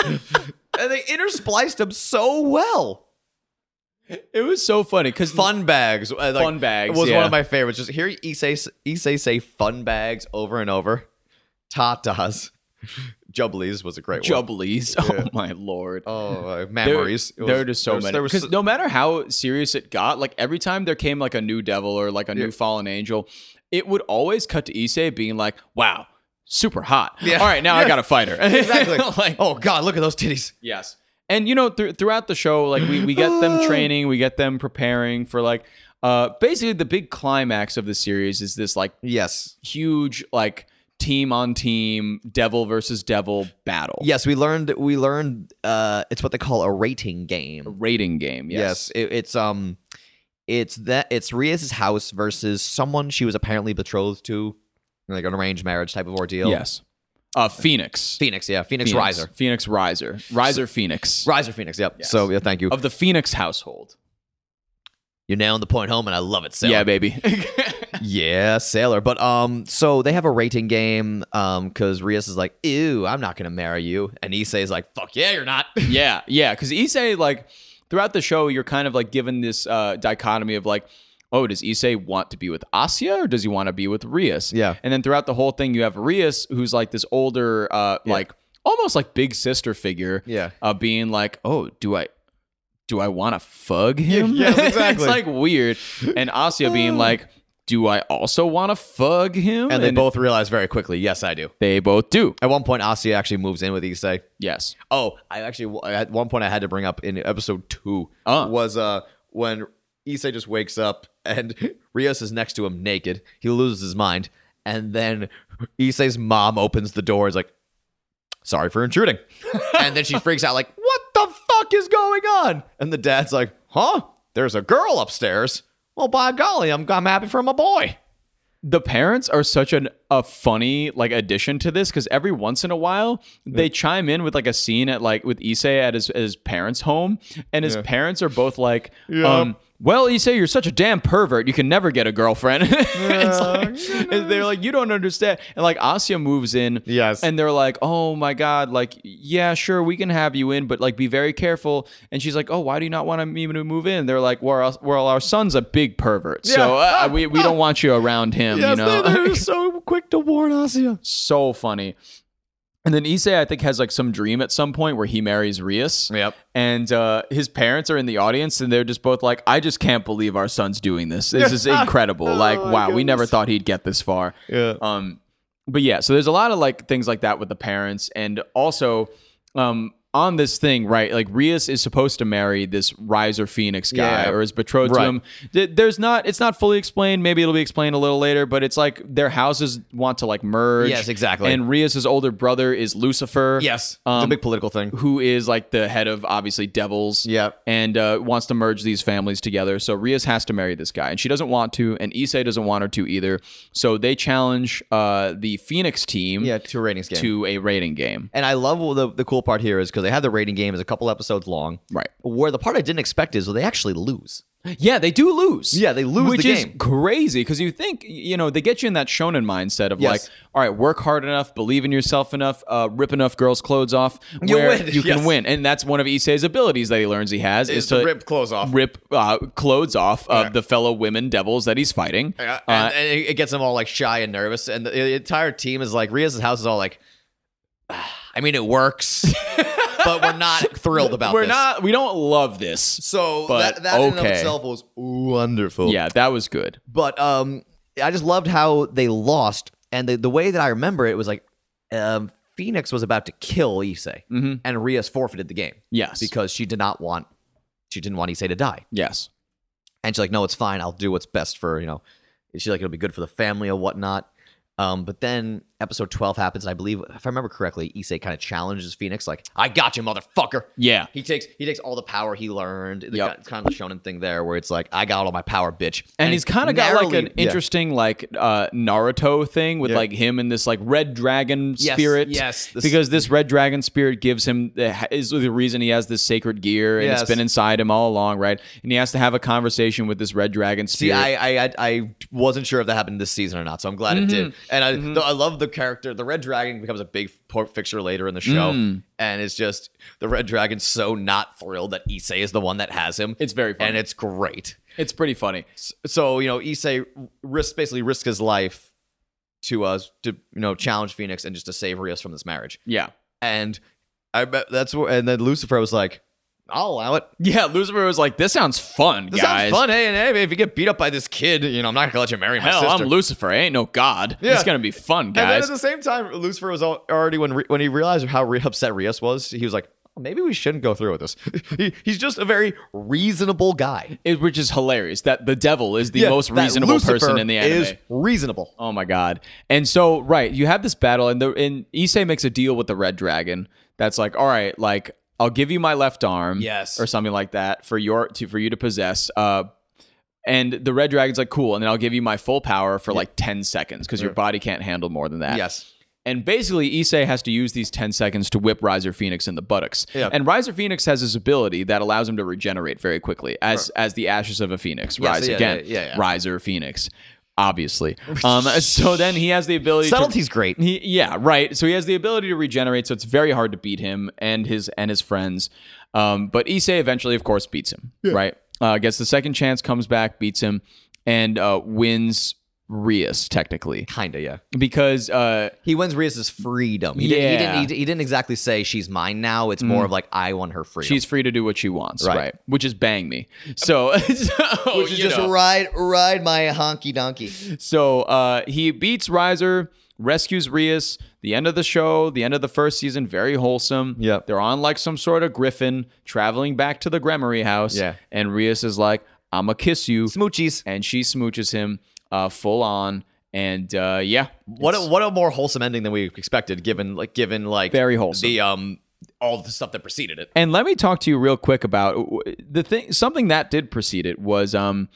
Speaker 2: and they interspliced them so well
Speaker 1: it was so funny because
Speaker 2: fun bags uh, like,
Speaker 1: Fun bags,
Speaker 2: was
Speaker 1: yeah.
Speaker 2: one of my favorites just hear Issei Issei say fun bags over and over tatas jubblies was a great one
Speaker 1: jubblies oh my lord
Speaker 2: oh uh,
Speaker 1: There-
Speaker 2: memories It
Speaker 1: there
Speaker 2: was-
Speaker 1: were just so
Speaker 2: there was-
Speaker 1: many.
Speaker 2: there was
Speaker 1: Because
Speaker 2: so-
Speaker 1: no matter how serious it got, like every time there came like a new devil or like a new fallen angel, it would always cut to Issei being like, "Wow, super hot.
Speaker 2: Yeah.
Speaker 1: All right, now I got to fight her."
Speaker 2: exactly
Speaker 1: like,
Speaker 2: oh god look at those titties
Speaker 1: Yes. And you know, thr- throughout the show, like we, we get them training, we get them preparing for like uh basically the big climax of the series is this like
Speaker 2: yes
Speaker 1: huge like team on team devil versus devil battle.
Speaker 2: yes we learned we learned uh it's what they call a rating game
Speaker 1: Rating game. Yes.
Speaker 2: Yes, it, it's um, It's that it's Ria's house versus someone she was apparently betrothed to, like an arranged marriage type of ordeal.
Speaker 1: Yes. Uh, Phoenix.
Speaker 2: Phoenix, yeah, Phoenix, Riser,
Speaker 1: Phoenix Riser. Riser Phoenix.
Speaker 2: Riser Phoenix. Yep. So yeah, thank you.
Speaker 1: Of the Phoenix household.
Speaker 2: You're nailing the point home, and I love it. Sailor.
Speaker 1: Yeah, baby.
Speaker 2: yeah, Sailor. But um, so they have a rating game. Um, because Rias is like, "Ew, I'm not gonna marry you," and Issei is like, "Fuck yeah, you're not."
Speaker 1: yeah, yeah. Because Issei, like, throughout the show, you're kind of like given this uh, dichotomy of like, oh, does Issei want to be with Asya or does he want to be with Rias?
Speaker 2: Yeah.
Speaker 1: And then throughout the whole thing, you have Rias, who's like this older, uh, like almost like big sister figure.
Speaker 2: Yeah.
Speaker 1: Uh, being like, oh, do I, do I want to fug him?
Speaker 2: yes, exactly.
Speaker 1: it's like weird. And Asya being like, do I also want to fug him?
Speaker 2: And they both realize very quickly, "Yes, I do."
Speaker 1: they both do.
Speaker 2: At one point, Asya actually moves in with Issei.
Speaker 1: Yes.
Speaker 2: Oh, I actually at one point I had to bring up in episode two
Speaker 1: Uh.
Speaker 2: was uh when Issei just wakes up and Rios is next to him naked. He loses his mind, and then Issei's mom opens the door. Is like, "Sorry for intruding," and then she freaks out like, "What the fuck is going on?" And the dad's like, "Huh? There's a girl upstairs." Well, by golly, I'm I'm happy for my boy.
Speaker 1: the parents are such an, a funny like addition to this because every once in a while they chime in with like a scene at like with Issei at his, his parents' home, and his parents are both like, um, "Well, Issei, you're such a damn pervert. You can never get a girlfriend." it's like, they're like, "You don't understand." And like Asya moves in,
Speaker 2: Yes.
Speaker 1: and they're like, "Oh my god, like yeah, sure, we can have you in, but like be very careful." And she's like, "Oh, why do you not want me to move in?" They're like, "Well, our, well, our son's a big pervert, so
Speaker 2: Yeah.
Speaker 1: uh, we we don't want you around him." you know,
Speaker 2: so quick to warn Asya.
Speaker 1: so funny. And then Issei, I think, has like some dream at some point where he marries Rias.
Speaker 2: Yep.
Speaker 1: And uh, his parents are in the audience, and they're just both like, "I just can't believe our son's doing this. This is incredible. like,
Speaker 2: Oh my
Speaker 1: wow, we never
Speaker 2: goodness.
Speaker 1: thought he'd get this far."
Speaker 2: Yeah.
Speaker 1: Um, but yeah, so there's a lot of like things like that with the parents, and also um, on this thing, right? Like Rias is supposed to marry this Riser Phoenix guy,
Speaker 2: Yeah.
Speaker 1: or is betrothed to
Speaker 2: Right.
Speaker 1: him. Th- There's not, it's not fully explained. Maybe it'll be explained a little later, but it's like their houses want to like merge.
Speaker 2: Yes, exactly.
Speaker 1: And Rias's older brother is Lucifer.
Speaker 2: Yes. it's a
Speaker 1: Um,
Speaker 2: big political thing.
Speaker 1: who is like the head of obviously devils
Speaker 2: Yeah.
Speaker 1: and uh, wants to merge these families together. So Rias has to marry this guy, and she doesn't want to, and Issei doesn't want her to either. So they challenge uh, the Phoenix team
Speaker 2: Yeah, two ratings game.
Speaker 1: to a rating game.
Speaker 2: And I love what the, the cool part here is because they had the rating game is a couple episodes long.
Speaker 1: Right.
Speaker 2: Where the part I didn't expect is well, they actually lose.
Speaker 1: Yeah, they do lose.
Speaker 2: Yeah, they lose
Speaker 1: which
Speaker 2: the
Speaker 1: is
Speaker 2: game.
Speaker 1: crazy because you think you know they get you in that shonen mindset of
Speaker 2: Yes.
Speaker 1: like, all right, work hard enough, believe in yourself enough, uh, rip enough girls' clothes off,
Speaker 2: You
Speaker 1: where
Speaker 2: win,
Speaker 1: you can
Speaker 2: yes. Uh,
Speaker 1: win, and that's one of Issei's abilities that he learns he has is, to
Speaker 2: clothes off.
Speaker 1: rip uh, clothes off of the fellow women devils that he's fighting.
Speaker 2: Yeah,
Speaker 1: Uh,
Speaker 2: and, and it it gets them all like shy and nervous, and the, the entire team is like Ria's house is all like, "Ah, I mean, it works, but we're not thrilled about.
Speaker 1: we're
Speaker 2: this."
Speaker 1: not. We don't love this.
Speaker 2: So
Speaker 1: but
Speaker 2: that, that in and of
Speaker 1: okay.
Speaker 2: itself was wonderful.
Speaker 1: Yeah, that was good.
Speaker 2: But um, I just loved how they lost, and the, the way that I remember it was like, um, Phoenix was about to kill Issei, and Rias forfeited the game
Speaker 1: Yes.
Speaker 2: because she did not want, she didn't want Issei to die,
Speaker 1: yes.
Speaker 2: and she's like, no, it's fine, I'll do what's best for you know, she's like, it'll be good for the family or whatnot. Um, but then episode twelve happens, and I believe, if I remember correctly, Issei kind of challenges Phoenix, like, I got you, motherfucker.
Speaker 1: Yeah.
Speaker 2: He takes he takes all the power he learned. It's
Speaker 1: Yep.
Speaker 2: kind- It's kind of the shonen thing there, where it's like I got all my power, bitch.
Speaker 1: And, he's kind of got like an
Speaker 2: narrowly-
Speaker 1: interesting like uh, Naruto thing with
Speaker 2: Yeah.
Speaker 1: like him and this like red dragon
Speaker 2: Yes,
Speaker 1: spirit.
Speaker 2: yes, this-
Speaker 1: because this red dragon spirit gives him the, is the reason he has this sacred gear and
Speaker 2: Yes.
Speaker 1: it's been inside him all along, right? And he has to have a conversation with this red dragon
Speaker 2: See,
Speaker 1: spirit.
Speaker 2: I, I I I wasn't sure if that happened this season or not, so I'm glad it
Speaker 1: Mm-hmm.
Speaker 2: did. And I though I love the character. The Red Dragon becomes a big po- fixture later in the show,
Speaker 1: Mm.
Speaker 2: and it's just the Red Dragon's so not thrilled that Issei is the one that has him.
Speaker 1: It's very funny.
Speaker 2: and it's great.
Speaker 1: it's pretty funny.
Speaker 2: So you know, Issei risks basically risks his life to us to you know challenge Phoenix and just to save Rios from this marriage.
Speaker 1: Yeah.
Speaker 2: And I bet that's where. And then Lucifer was like, "I'll allow it.
Speaker 1: Yeah, Lucifer was like, "This sounds fun,
Speaker 2: This
Speaker 1: guys.
Speaker 2: sounds fun. Hey, and hey, if you get beat up by this kid, you know, I'm not gonna let you marry my
Speaker 1: Hell,
Speaker 2: sister."
Speaker 1: I'm Lucifer. I ain't no god.
Speaker 2: Yeah.
Speaker 1: It's gonna be fun,
Speaker 2: and then
Speaker 1: guys.
Speaker 2: at the same time, Lucifer was al- already when Re- when he realized how re- upset Rios was, he was like, oh, "Maybe we shouldn't go through with this." he, he's just a very reasonable guy.
Speaker 1: It, which is hilarious that the devil is the
Speaker 2: Yeah,
Speaker 1: most
Speaker 2: that
Speaker 1: reasonable
Speaker 2: Lucifer
Speaker 1: person in the anime.
Speaker 2: Is reasonable.
Speaker 1: oh my god! And so, right, you have this battle, and the and Issei makes a deal with the red dragon. That's like, all right, like I'll give you my left arm,
Speaker 2: Yes.
Speaker 1: or something like that, for your to for you to possess. Uh, And the red dragon's like, cool. And then I'll give you my full power for like 10 seconds because your body can't handle more than that.
Speaker 2: Yes.
Speaker 1: And basically, Issei has to use these 10 seconds to whip Riser Phoenix in the buttocks.
Speaker 2: Yeah.
Speaker 1: And Riser Phoenix has this ability that allows him to regenerate very quickly as as the ashes of a phoenix
Speaker 2: Yeah, so
Speaker 1: rise
Speaker 2: yeah,
Speaker 1: again.
Speaker 2: yeah, yeah, yeah.
Speaker 1: Riser Phoenix, obviously. um, so then he has the ability to
Speaker 2: Subtlety's great.
Speaker 1: he, yeah, right. So he has the ability to regenerate, so it's very hard to beat him and his and his friends. Um, but Issei eventually, of course, beats him. Right, uh, gets the second chance, comes back, beats him, and uh, wins Rias technically
Speaker 2: Kinda, yeah.
Speaker 1: because uh,
Speaker 2: He wins Rhea's freedom. He, didn't,
Speaker 1: Yeah.
Speaker 2: he,
Speaker 1: Mm.
Speaker 2: didn't, he, di- he didn't exactly say she's mine now. It's more of like I won her freedom.
Speaker 1: she's free to do what she wants. Right,
Speaker 2: Right.
Speaker 1: which is bang me. So, so
Speaker 2: Which is
Speaker 1: you
Speaker 2: just
Speaker 1: know.
Speaker 2: ride ride my honky donkey.
Speaker 1: So uh, he beats Riser, rescues Rias. The end of the show, the end of the first season, very wholesome.
Speaker 2: Yep.
Speaker 1: They're on like some sort of griffin traveling back to the Gremory house.
Speaker 2: Yeah.
Speaker 1: And Rias is like, I'm going to kiss you.
Speaker 2: Smoochies.
Speaker 1: And she smooches him uh, full on. And uh, yeah.
Speaker 2: What a,
Speaker 1: it's
Speaker 2: what a more wholesome ending than we expected, given like given like
Speaker 1: Very wholesome.
Speaker 2: the um all the stuff that preceded it.
Speaker 1: and let me talk to you real quick about w- the thing something that did precede it was um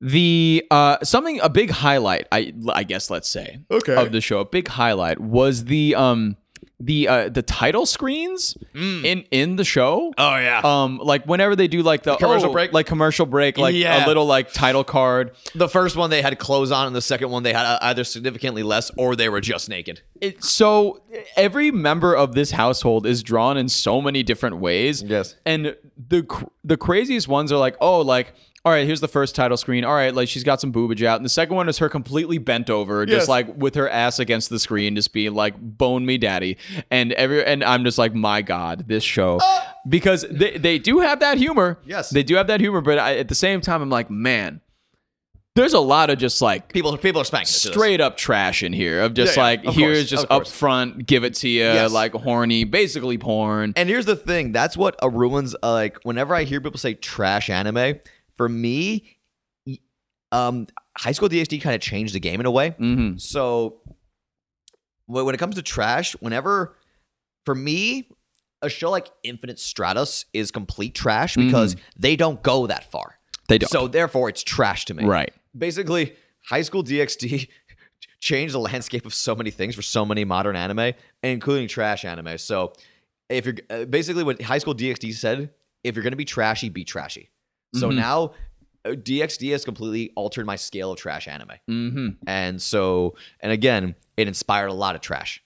Speaker 1: the uh something a big highlight i i guess let's say
Speaker 2: Okay.
Speaker 1: of the show a big highlight was the um the uh the title screens in in the show
Speaker 2: Mm. Oh yeah,
Speaker 1: um like whenever they do like the
Speaker 2: Commercial
Speaker 1: oh,
Speaker 2: break?
Speaker 1: like commercial break like
Speaker 2: Yeah.
Speaker 1: a little like title card
Speaker 2: the first one they had clothes on, and the second one they had uh, either significantly less or they were just naked.
Speaker 1: it, so every member of this household is drawn in so many different ways.
Speaker 2: Yes.
Speaker 1: And the cr- the craziest ones are like, oh, like all right, here's the first title screen. All right, like she's got some boobage out, and the second one is her completely bent over, just
Speaker 2: Yes.
Speaker 1: like with her ass against the screen, just being like, "Bone me, daddy." And every and I'm just like, my god, this show.
Speaker 2: Uh.
Speaker 1: Because they, they do have that humor.
Speaker 2: Yes.
Speaker 1: They do have that humor, but I, at the same time, I'm like, man, there's a lot of just like
Speaker 2: People people are spanking us to this.
Speaker 1: straight up trash in here of just
Speaker 2: Yeah, yeah,
Speaker 1: like
Speaker 2: of
Speaker 1: here's
Speaker 2: course,
Speaker 1: just
Speaker 2: of
Speaker 1: up
Speaker 2: course.
Speaker 1: front give it to you
Speaker 2: Yes.
Speaker 1: like horny basically porn
Speaker 2: And here's the thing: that's what uh, ruins. Uh, like whenever I hear people say trash anime, for me, y- um, High School DxD kind of changed the game in a way.
Speaker 1: mm-hmm.
Speaker 2: So wh- when it comes to trash, whenever for me, a show like Infinite Stratus is complete trash because they don't go that far.
Speaker 1: Mm. They don't.
Speaker 2: So therefore, it's trash to me.
Speaker 1: right
Speaker 2: Basically, High School DxD changed the landscape of so many things for so many modern anime, including trash anime. So if you're uh, basically what High School DxD said, if you're going to be trashy, be trashy. So
Speaker 1: Mhm.
Speaker 2: now uh, DxD has completely altered my scale of trash anime.
Speaker 1: mm-hmm.
Speaker 2: And so, and again, it inspired a lot of trash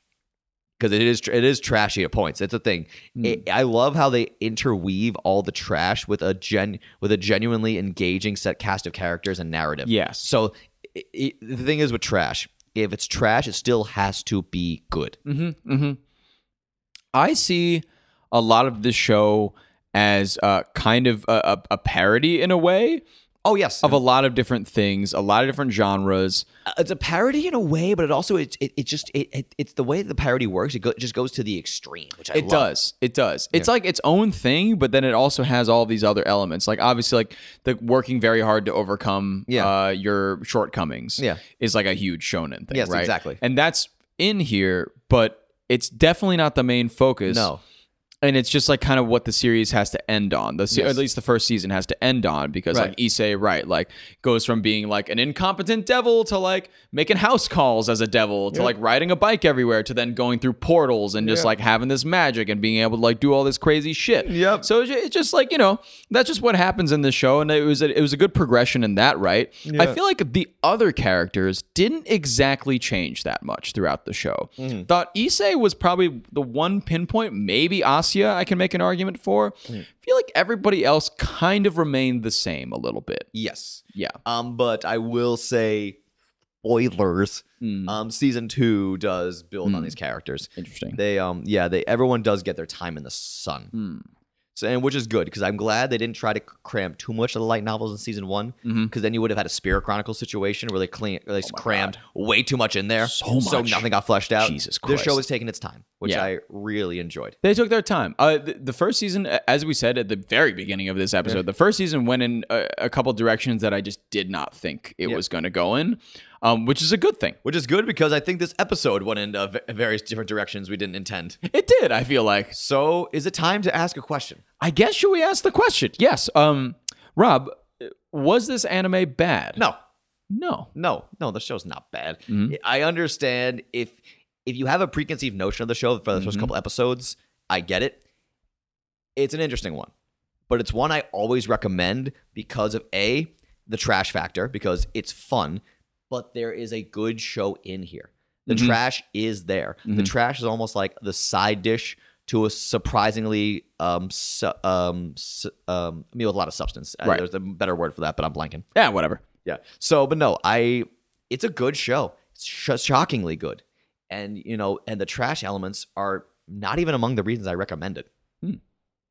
Speaker 2: because it is it is trashy at points. It's a thing. It, I love how they interweave all the trash with a gen with a genuinely engaging set cast of characters and narrative.
Speaker 1: Yes.
Speaker 2: So i i the thing is with trash, if it's trash, it still has to be good.
Speaker 1: Mm-hmm. Mm-hmm. I see a lot of this show as uh, kind of a, a, a parody in a way
Speaker 2: Oh yes,
Speaker 1: of a lot of different things a lot of different genres
Speaker 2: uh, it's a parody in a way, but it also it's it, it just it, it it's the way the parody works. It, go, it just goes to the extreme, which I
Speaker 1: It
Speaker 2: love.
Speaker 1: does. It does. It's like its own thing, but then it also has all these other elements. Like obviously, like the working very hard to overcome
Speaker 2: Yeah.
Speaker 1: uh, your shortcomings.
Speaker 2: Yeah.
Speaker 1: is like a huge shonen thing.
Speaker 2: Yes,
Speaker 1: right?
Speaker 2: exactly.
Speaker 1: And that's in here, but it's definitely not the main focus.
Speaker 2: No,
Speaker 1: and it's just like kind of what the series has to end on. The se- or
Speaker 2: Yes.
Speaker 1: at least the first season has to end on because like
Speaker 2: Right.
Speaker 1: Issei, right, like goes from being like an incompetent devil to like making house calls as a devil to like riding a bike everywhere to then going through portals and just like having this magic and being able to like do all this crazy shit.
Speaker 2: Yep.
Speaker 1: So it's, ju- it's just like you know that's just what happens in the show, and it was a, it was a good progression in that, right? I feel like the other characters didn't exactly change that much throughout the show. Thought Issei was probably the one pinpoint, maybe Asya I can make an argument for. Feel like everybody else kind of remained the same a little bit.
Speaker 2: yes.
Speaker 1: Yeah.
Speaker 2: Um, but I will say, spoilers.
Speaker 1: Mm.
Speaker 2: Um, season two does build on
Speaker 1: Mm.
Speaker 2: these characters.
Speaker 1: Interesting.
Speaker 2: They, um, yeah, they everyone does get their time in the sun,
Speaker 1: Mm.
Speaker 2: so and which is good because I'm glad they didn't try to cram too much of the light novels in season one because
Speaker 1: Mhm.
Speaker 2: then you would have had a Spirit Chronicles situation where they clean, where they crammed way too much in there,
Speaker 1: Oh So
Speaker 2: so
Speaker 1: much.
Speaker 2: nothing got fleshed out.
Speaker 1: Jesus
Speaker 2: This
Speaker 1: Christ.
Speaker 2: show is taking its time, which
Speaker 1: Yeah.
Speaker 2: I really enjoyed.
Speaker 1: They took their time. Uh, the, the first season, a- as we said at the very beginning of this episode, the first season went in a, a couple directions that I just did not think it
Speaker 2: Yeah.
Speaker 1: was going to go in, um, which is a good thing.
Speaker 2: Which is good because I think this episode went in uh, v- various different directions we didn't intend.
Speaker 1: It did. I feel like.
Speaker 2: So, is it time to ask a question?
Speaker 1: I guess should we ask the question? Yes. Um, Rob, was this anime bad?
Speaker 2: No,
Speaker 1: No.
Speaker 2: no, no. The show's not bad.
Speaker 1: Mhm.
Speaker 2: I understand if if you have a preconceived notion of the show for the first
Speaker 1: Mhm.
Speaker 2: couple episodes. I get it. It's an interesting one, but it's one I always recommend because of a the trash factor because it's fun, but there is a good show in here. The
Speaker 1: Mhm.
Speaker 2: trash is there. The
Speaker 1: Mhm.
Speaker 2: trash is almost like the side dish to a surprisingly um su- um su- um meal with a lot of substance. Uh,
Speaker 1: Right.
Speaker 2: There's a better word for that, but I'm blanking.
Speaker 1: Yeah, whatever.
Speaker 2: Yeah. So, but no, I. It's a good show. It's sh- shockingly good, and you know, and the trash elements are not even among the reasons I recommend it.
Speaker 1: Hmm.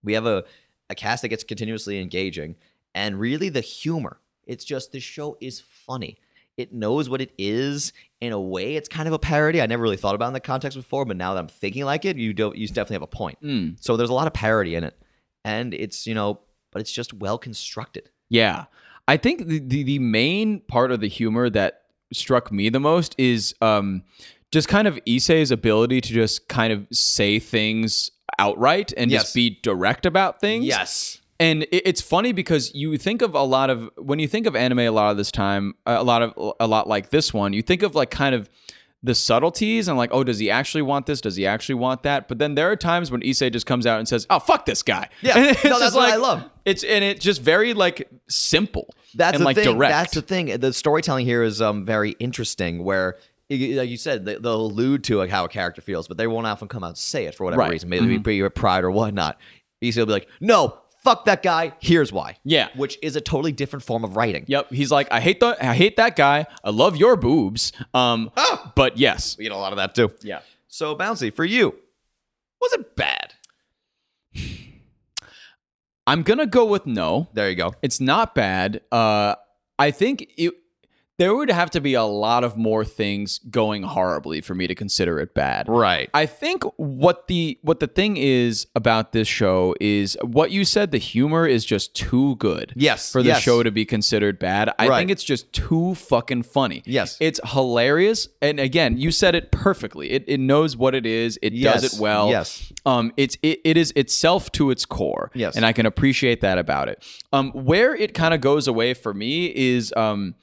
Speaker 2: We have a a cast that gets continuously engaging, and really the humor. It's just the show is funny. It knows what it is in a way. It's kind of a parody. I never really thought about it in the context before, but now that I'm thinking like it, you don't. You definitely have a point.
Speaker 1: Mm.
Speaker 2: So there's a lot of parody in it, and it's you know, but it's just well constructed.
Speaker 1: Yeah. I think the, the, the main part of the humor that struck me the most is um, just kind of Issei's ability to just kind of say things outright and
Speaker 2: Yes.
Speaker 1: just be direct about things.
Speaker 2: Yes.
Speaker 1: And it, it's funny because you think of a lot of when you think of anime a lot of this time, a lot of a lot like this one, you think of like kind of the subtleties and like, oh, does he actually want this? Does he actually want that? But then there are times when Issei just comes out and says, "Oh, fuck this guy."
Speaker 2: Yeah.
Speaker 1: And
Speaker 2: No,
Speaker 1: it's
Speaker 2: that's
Speaker 1: just
Speaker 2: what I love.
Speaker 1: It's and it's just very like simple
Speaker 2: That's
Speaker 1: and
Speaker 2: the
Speaker 1: like
Speaker 2: thing.
Speaker 1: direct.
Speaker 2: That's the thing. The storytelling here is um very interesting. Where, y- like you said, they- they'll allude to like how a character feels, but they won't often come out and say it for whatever
Speaker 1: Right. Mm-hmm.
Speaker 2: reason. Maybe it be pride or whatnot. Easy will be like, "No, fuck that guy. Here's why."
Speaker 1: Yeah.
Speaker 2: which is a totally different form of writing.
Speaker 1: Yep, he's like, I hate the, I hate that guy. I love your boobs. Um,
Speaker 2: Oh.
Speaker 1: but yes,
Speaker 2: We get a lot of that too.
Speaker 1: yeah.
Speaker 2: So, bouncy for you, was it bad?
Speaker 1: I'm gonna go with no.
Speaker 2: There you go.
Speaker 1: It's not bad. Uh, I think it. There would have to be a lot of more things going horribly for me to consider it bad.
Speaker 2: Right.
Speaker 1: I think what the what the thing is about this show is what you said. The humor is just too good.
Speaker 2: Yes,
Speaker 1: for the
Speaker 2: yes.
Speaker 1: show to be considered bad. I
Speaker 2: Right.
Speaker 1: think it's just too fucking funny.
Speaker 2: Yes.
Speaker 1: it's hilarious. And again, you said it perfectly. It, it knows what it is. It
Speaker 2: Yes,
Speaker 1: does it well.
Speaker 2: yes.
Speaker 1: Um, it's it, it is itself to its core.
Speaker 2: Yes.
Speaker 1: And I can appreciate that about it. Um, where it kind of goes away for me is um,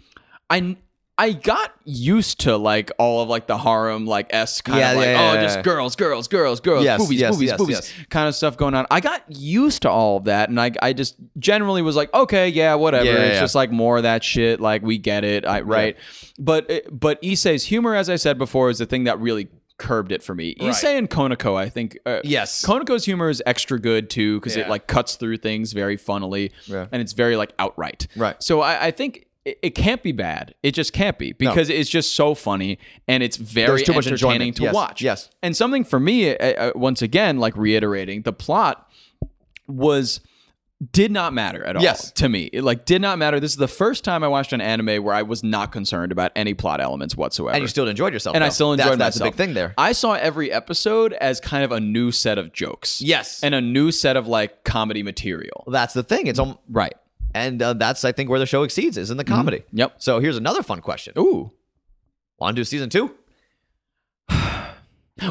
Speaker 1: I I got used to like all of like the harem like s kind
Speaker 2: Yeah,
Speaker 1: of like
Speaker 2: yeah, yeah,
Speaker 1: oh
Speaker 2: yeah,
Speaker 1: just
Speaker 2: yeah.
Speaker 1: girls girls girls girls
Speaker 2: Yes,
Speaker 1: boobies
Speaker 2: yes,
Speaker 1: boobies
Speaker 2: yes,
Speaker 1: boobies
Speaker 2: yes.
Speaker 1: kind of stuff going on. I got used to all of that, and I I just generally was like okay yeah whatever.
Speaker 2: Yeah, yeah,
Speaker 1: it's
Speaker 2: yeah.
Speaker 1: just like more of that shit. Like we get it I, right. But eh, but Issei's humor, as I said before, is the thing that really curbed it for me.
Speaker 2: Right.
Speaker 1: Issei and Konako, I think. Uh,
Speaker 2: Yes.
Speaker 1: Konako's humor is extra good too because
Speaker 2: Yeah.
Speaker 1: it like cuts through things very funnily,
Speaker 2: Yeah.
Speaker 1: and it's very like outright.
Speaker 2: Right.
Speaker 1: So I, I think it, it can't be bad. It just can't be because it's just so funny and it's very
Speaker 2: There's too much
Speaker 1: entertaining
Speaker 2: enjoyment.
Speaker 1: to
Speaker 2: Yes,
Speaker 1: watch.
Speaker 2: yes.
Speaker 1: And something for me, uh, uh, once again, like reiterating the plot was did not matter at all
Speaker 2: Yes.
Speaker 1: to me. It like did not matter. This is the first time I watched an anime where I was not concerned about any plot elements whatsoever.
Speaker 2: And you still enjoyed yourself.
Speaker 1: And I
Speaker 2: though.
Speaker 1: still enjoyed
Speaker 2: that's, That's the
Speaker 1: myself.
Speaker 2: big thing there.
Speaker 1: I saw every episode as kind of a new set of jokes.
Speaker 2: yes. And
Speaker 1: And a new set of like comedy material.
Speaker 2: that's the thing. It's almost
Speaker 1: Right.
Speaker 2: And uh, that's, I think, where the show exceeds is in the comedy.
Speaker 1: Mm-hmm. Yep.
Speaker 2: So here's another fun question.
Speaker 1: Ooh.
Speaker 2: Want to do season two?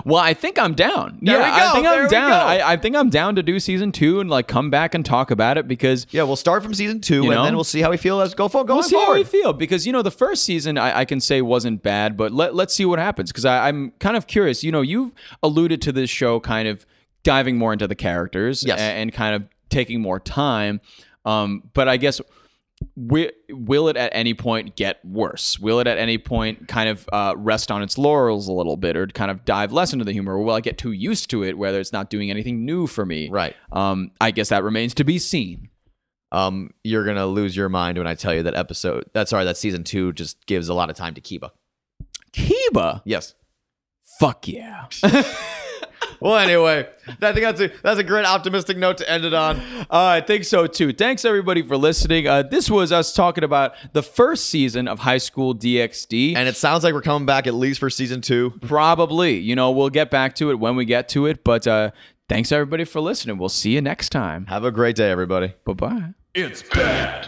Speaker 1: Well, I think I'm down.
Speaker 2: There
Speaker 1: yeah,
Speaker 2: we go,
Speaker 1: I think
Speaker 2: there
Speaker 1: I'm
Speaker 2: we
Speaker 1: down.
Speaker 2: go.
Speaker 1: I, I think I'm down to do season two and like come back and talk about it because
Speaker 2: Yeah, we'll start from season two,
Speaker 1: You
Speaker 2: and
Speaker 1: know?
Speaker 2: then we'll see how we feel as go for going
Speaker 1: we'll see how we
Speaker 2: forward.
Speaker 1: feel. Because you know, the first season I, I can say wasn't bad, but let let's see what happens. Because I'm kind of curious. You know, you've alluded to this show kind of diving more into the characters
Speaker 2: Yes.
Speaker 1: a- and, kind of taking more time. Um, but I guess wi- will it at any point get worse? Will it at any point kind of uh, rest on its laurels a little bit, or kind of dive less into the humor? Or will I get too used to it, whether it's not doing anything new for me?
Speaker 2: Right.
Speaker 1: Um, I guess that remains to be seen.
Speaker 2: Um, you're gonna lose your mind when I tell you that episode. That's sorry, that season two just gives a lot of time to Kiba.
Speaker 1: Kiba,
Speaker 2: Yes.
Speaker 1: fuck yeah.
Speaker 2: Well, anyway, I think that's a that's a great optimistic note to end it on.
Speaker 1: Uh, I think so too. Thanks everybody for listening. Uh, this was us talking about the first season of High School DxD.
Speaker 2: And it sounds like we're coming back at least for season two.
Speaker 1: Probably, you know, we'll get back to it when we get to it. But uh, thanks everybody for listening. We'll see you next time.
Speaker 2: Have a great day, everybody.
Speaker 1: Bye bye.
Speaker 3: It's bad.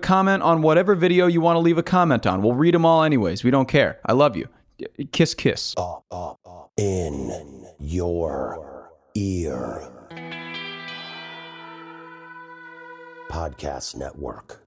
Speaker 1: comment on whatever video you want to leave a comment on. We'll read them all anyways. We don't care. I love you. Kiss, kiss.
Speaker 3: in your ear. Podcast Network.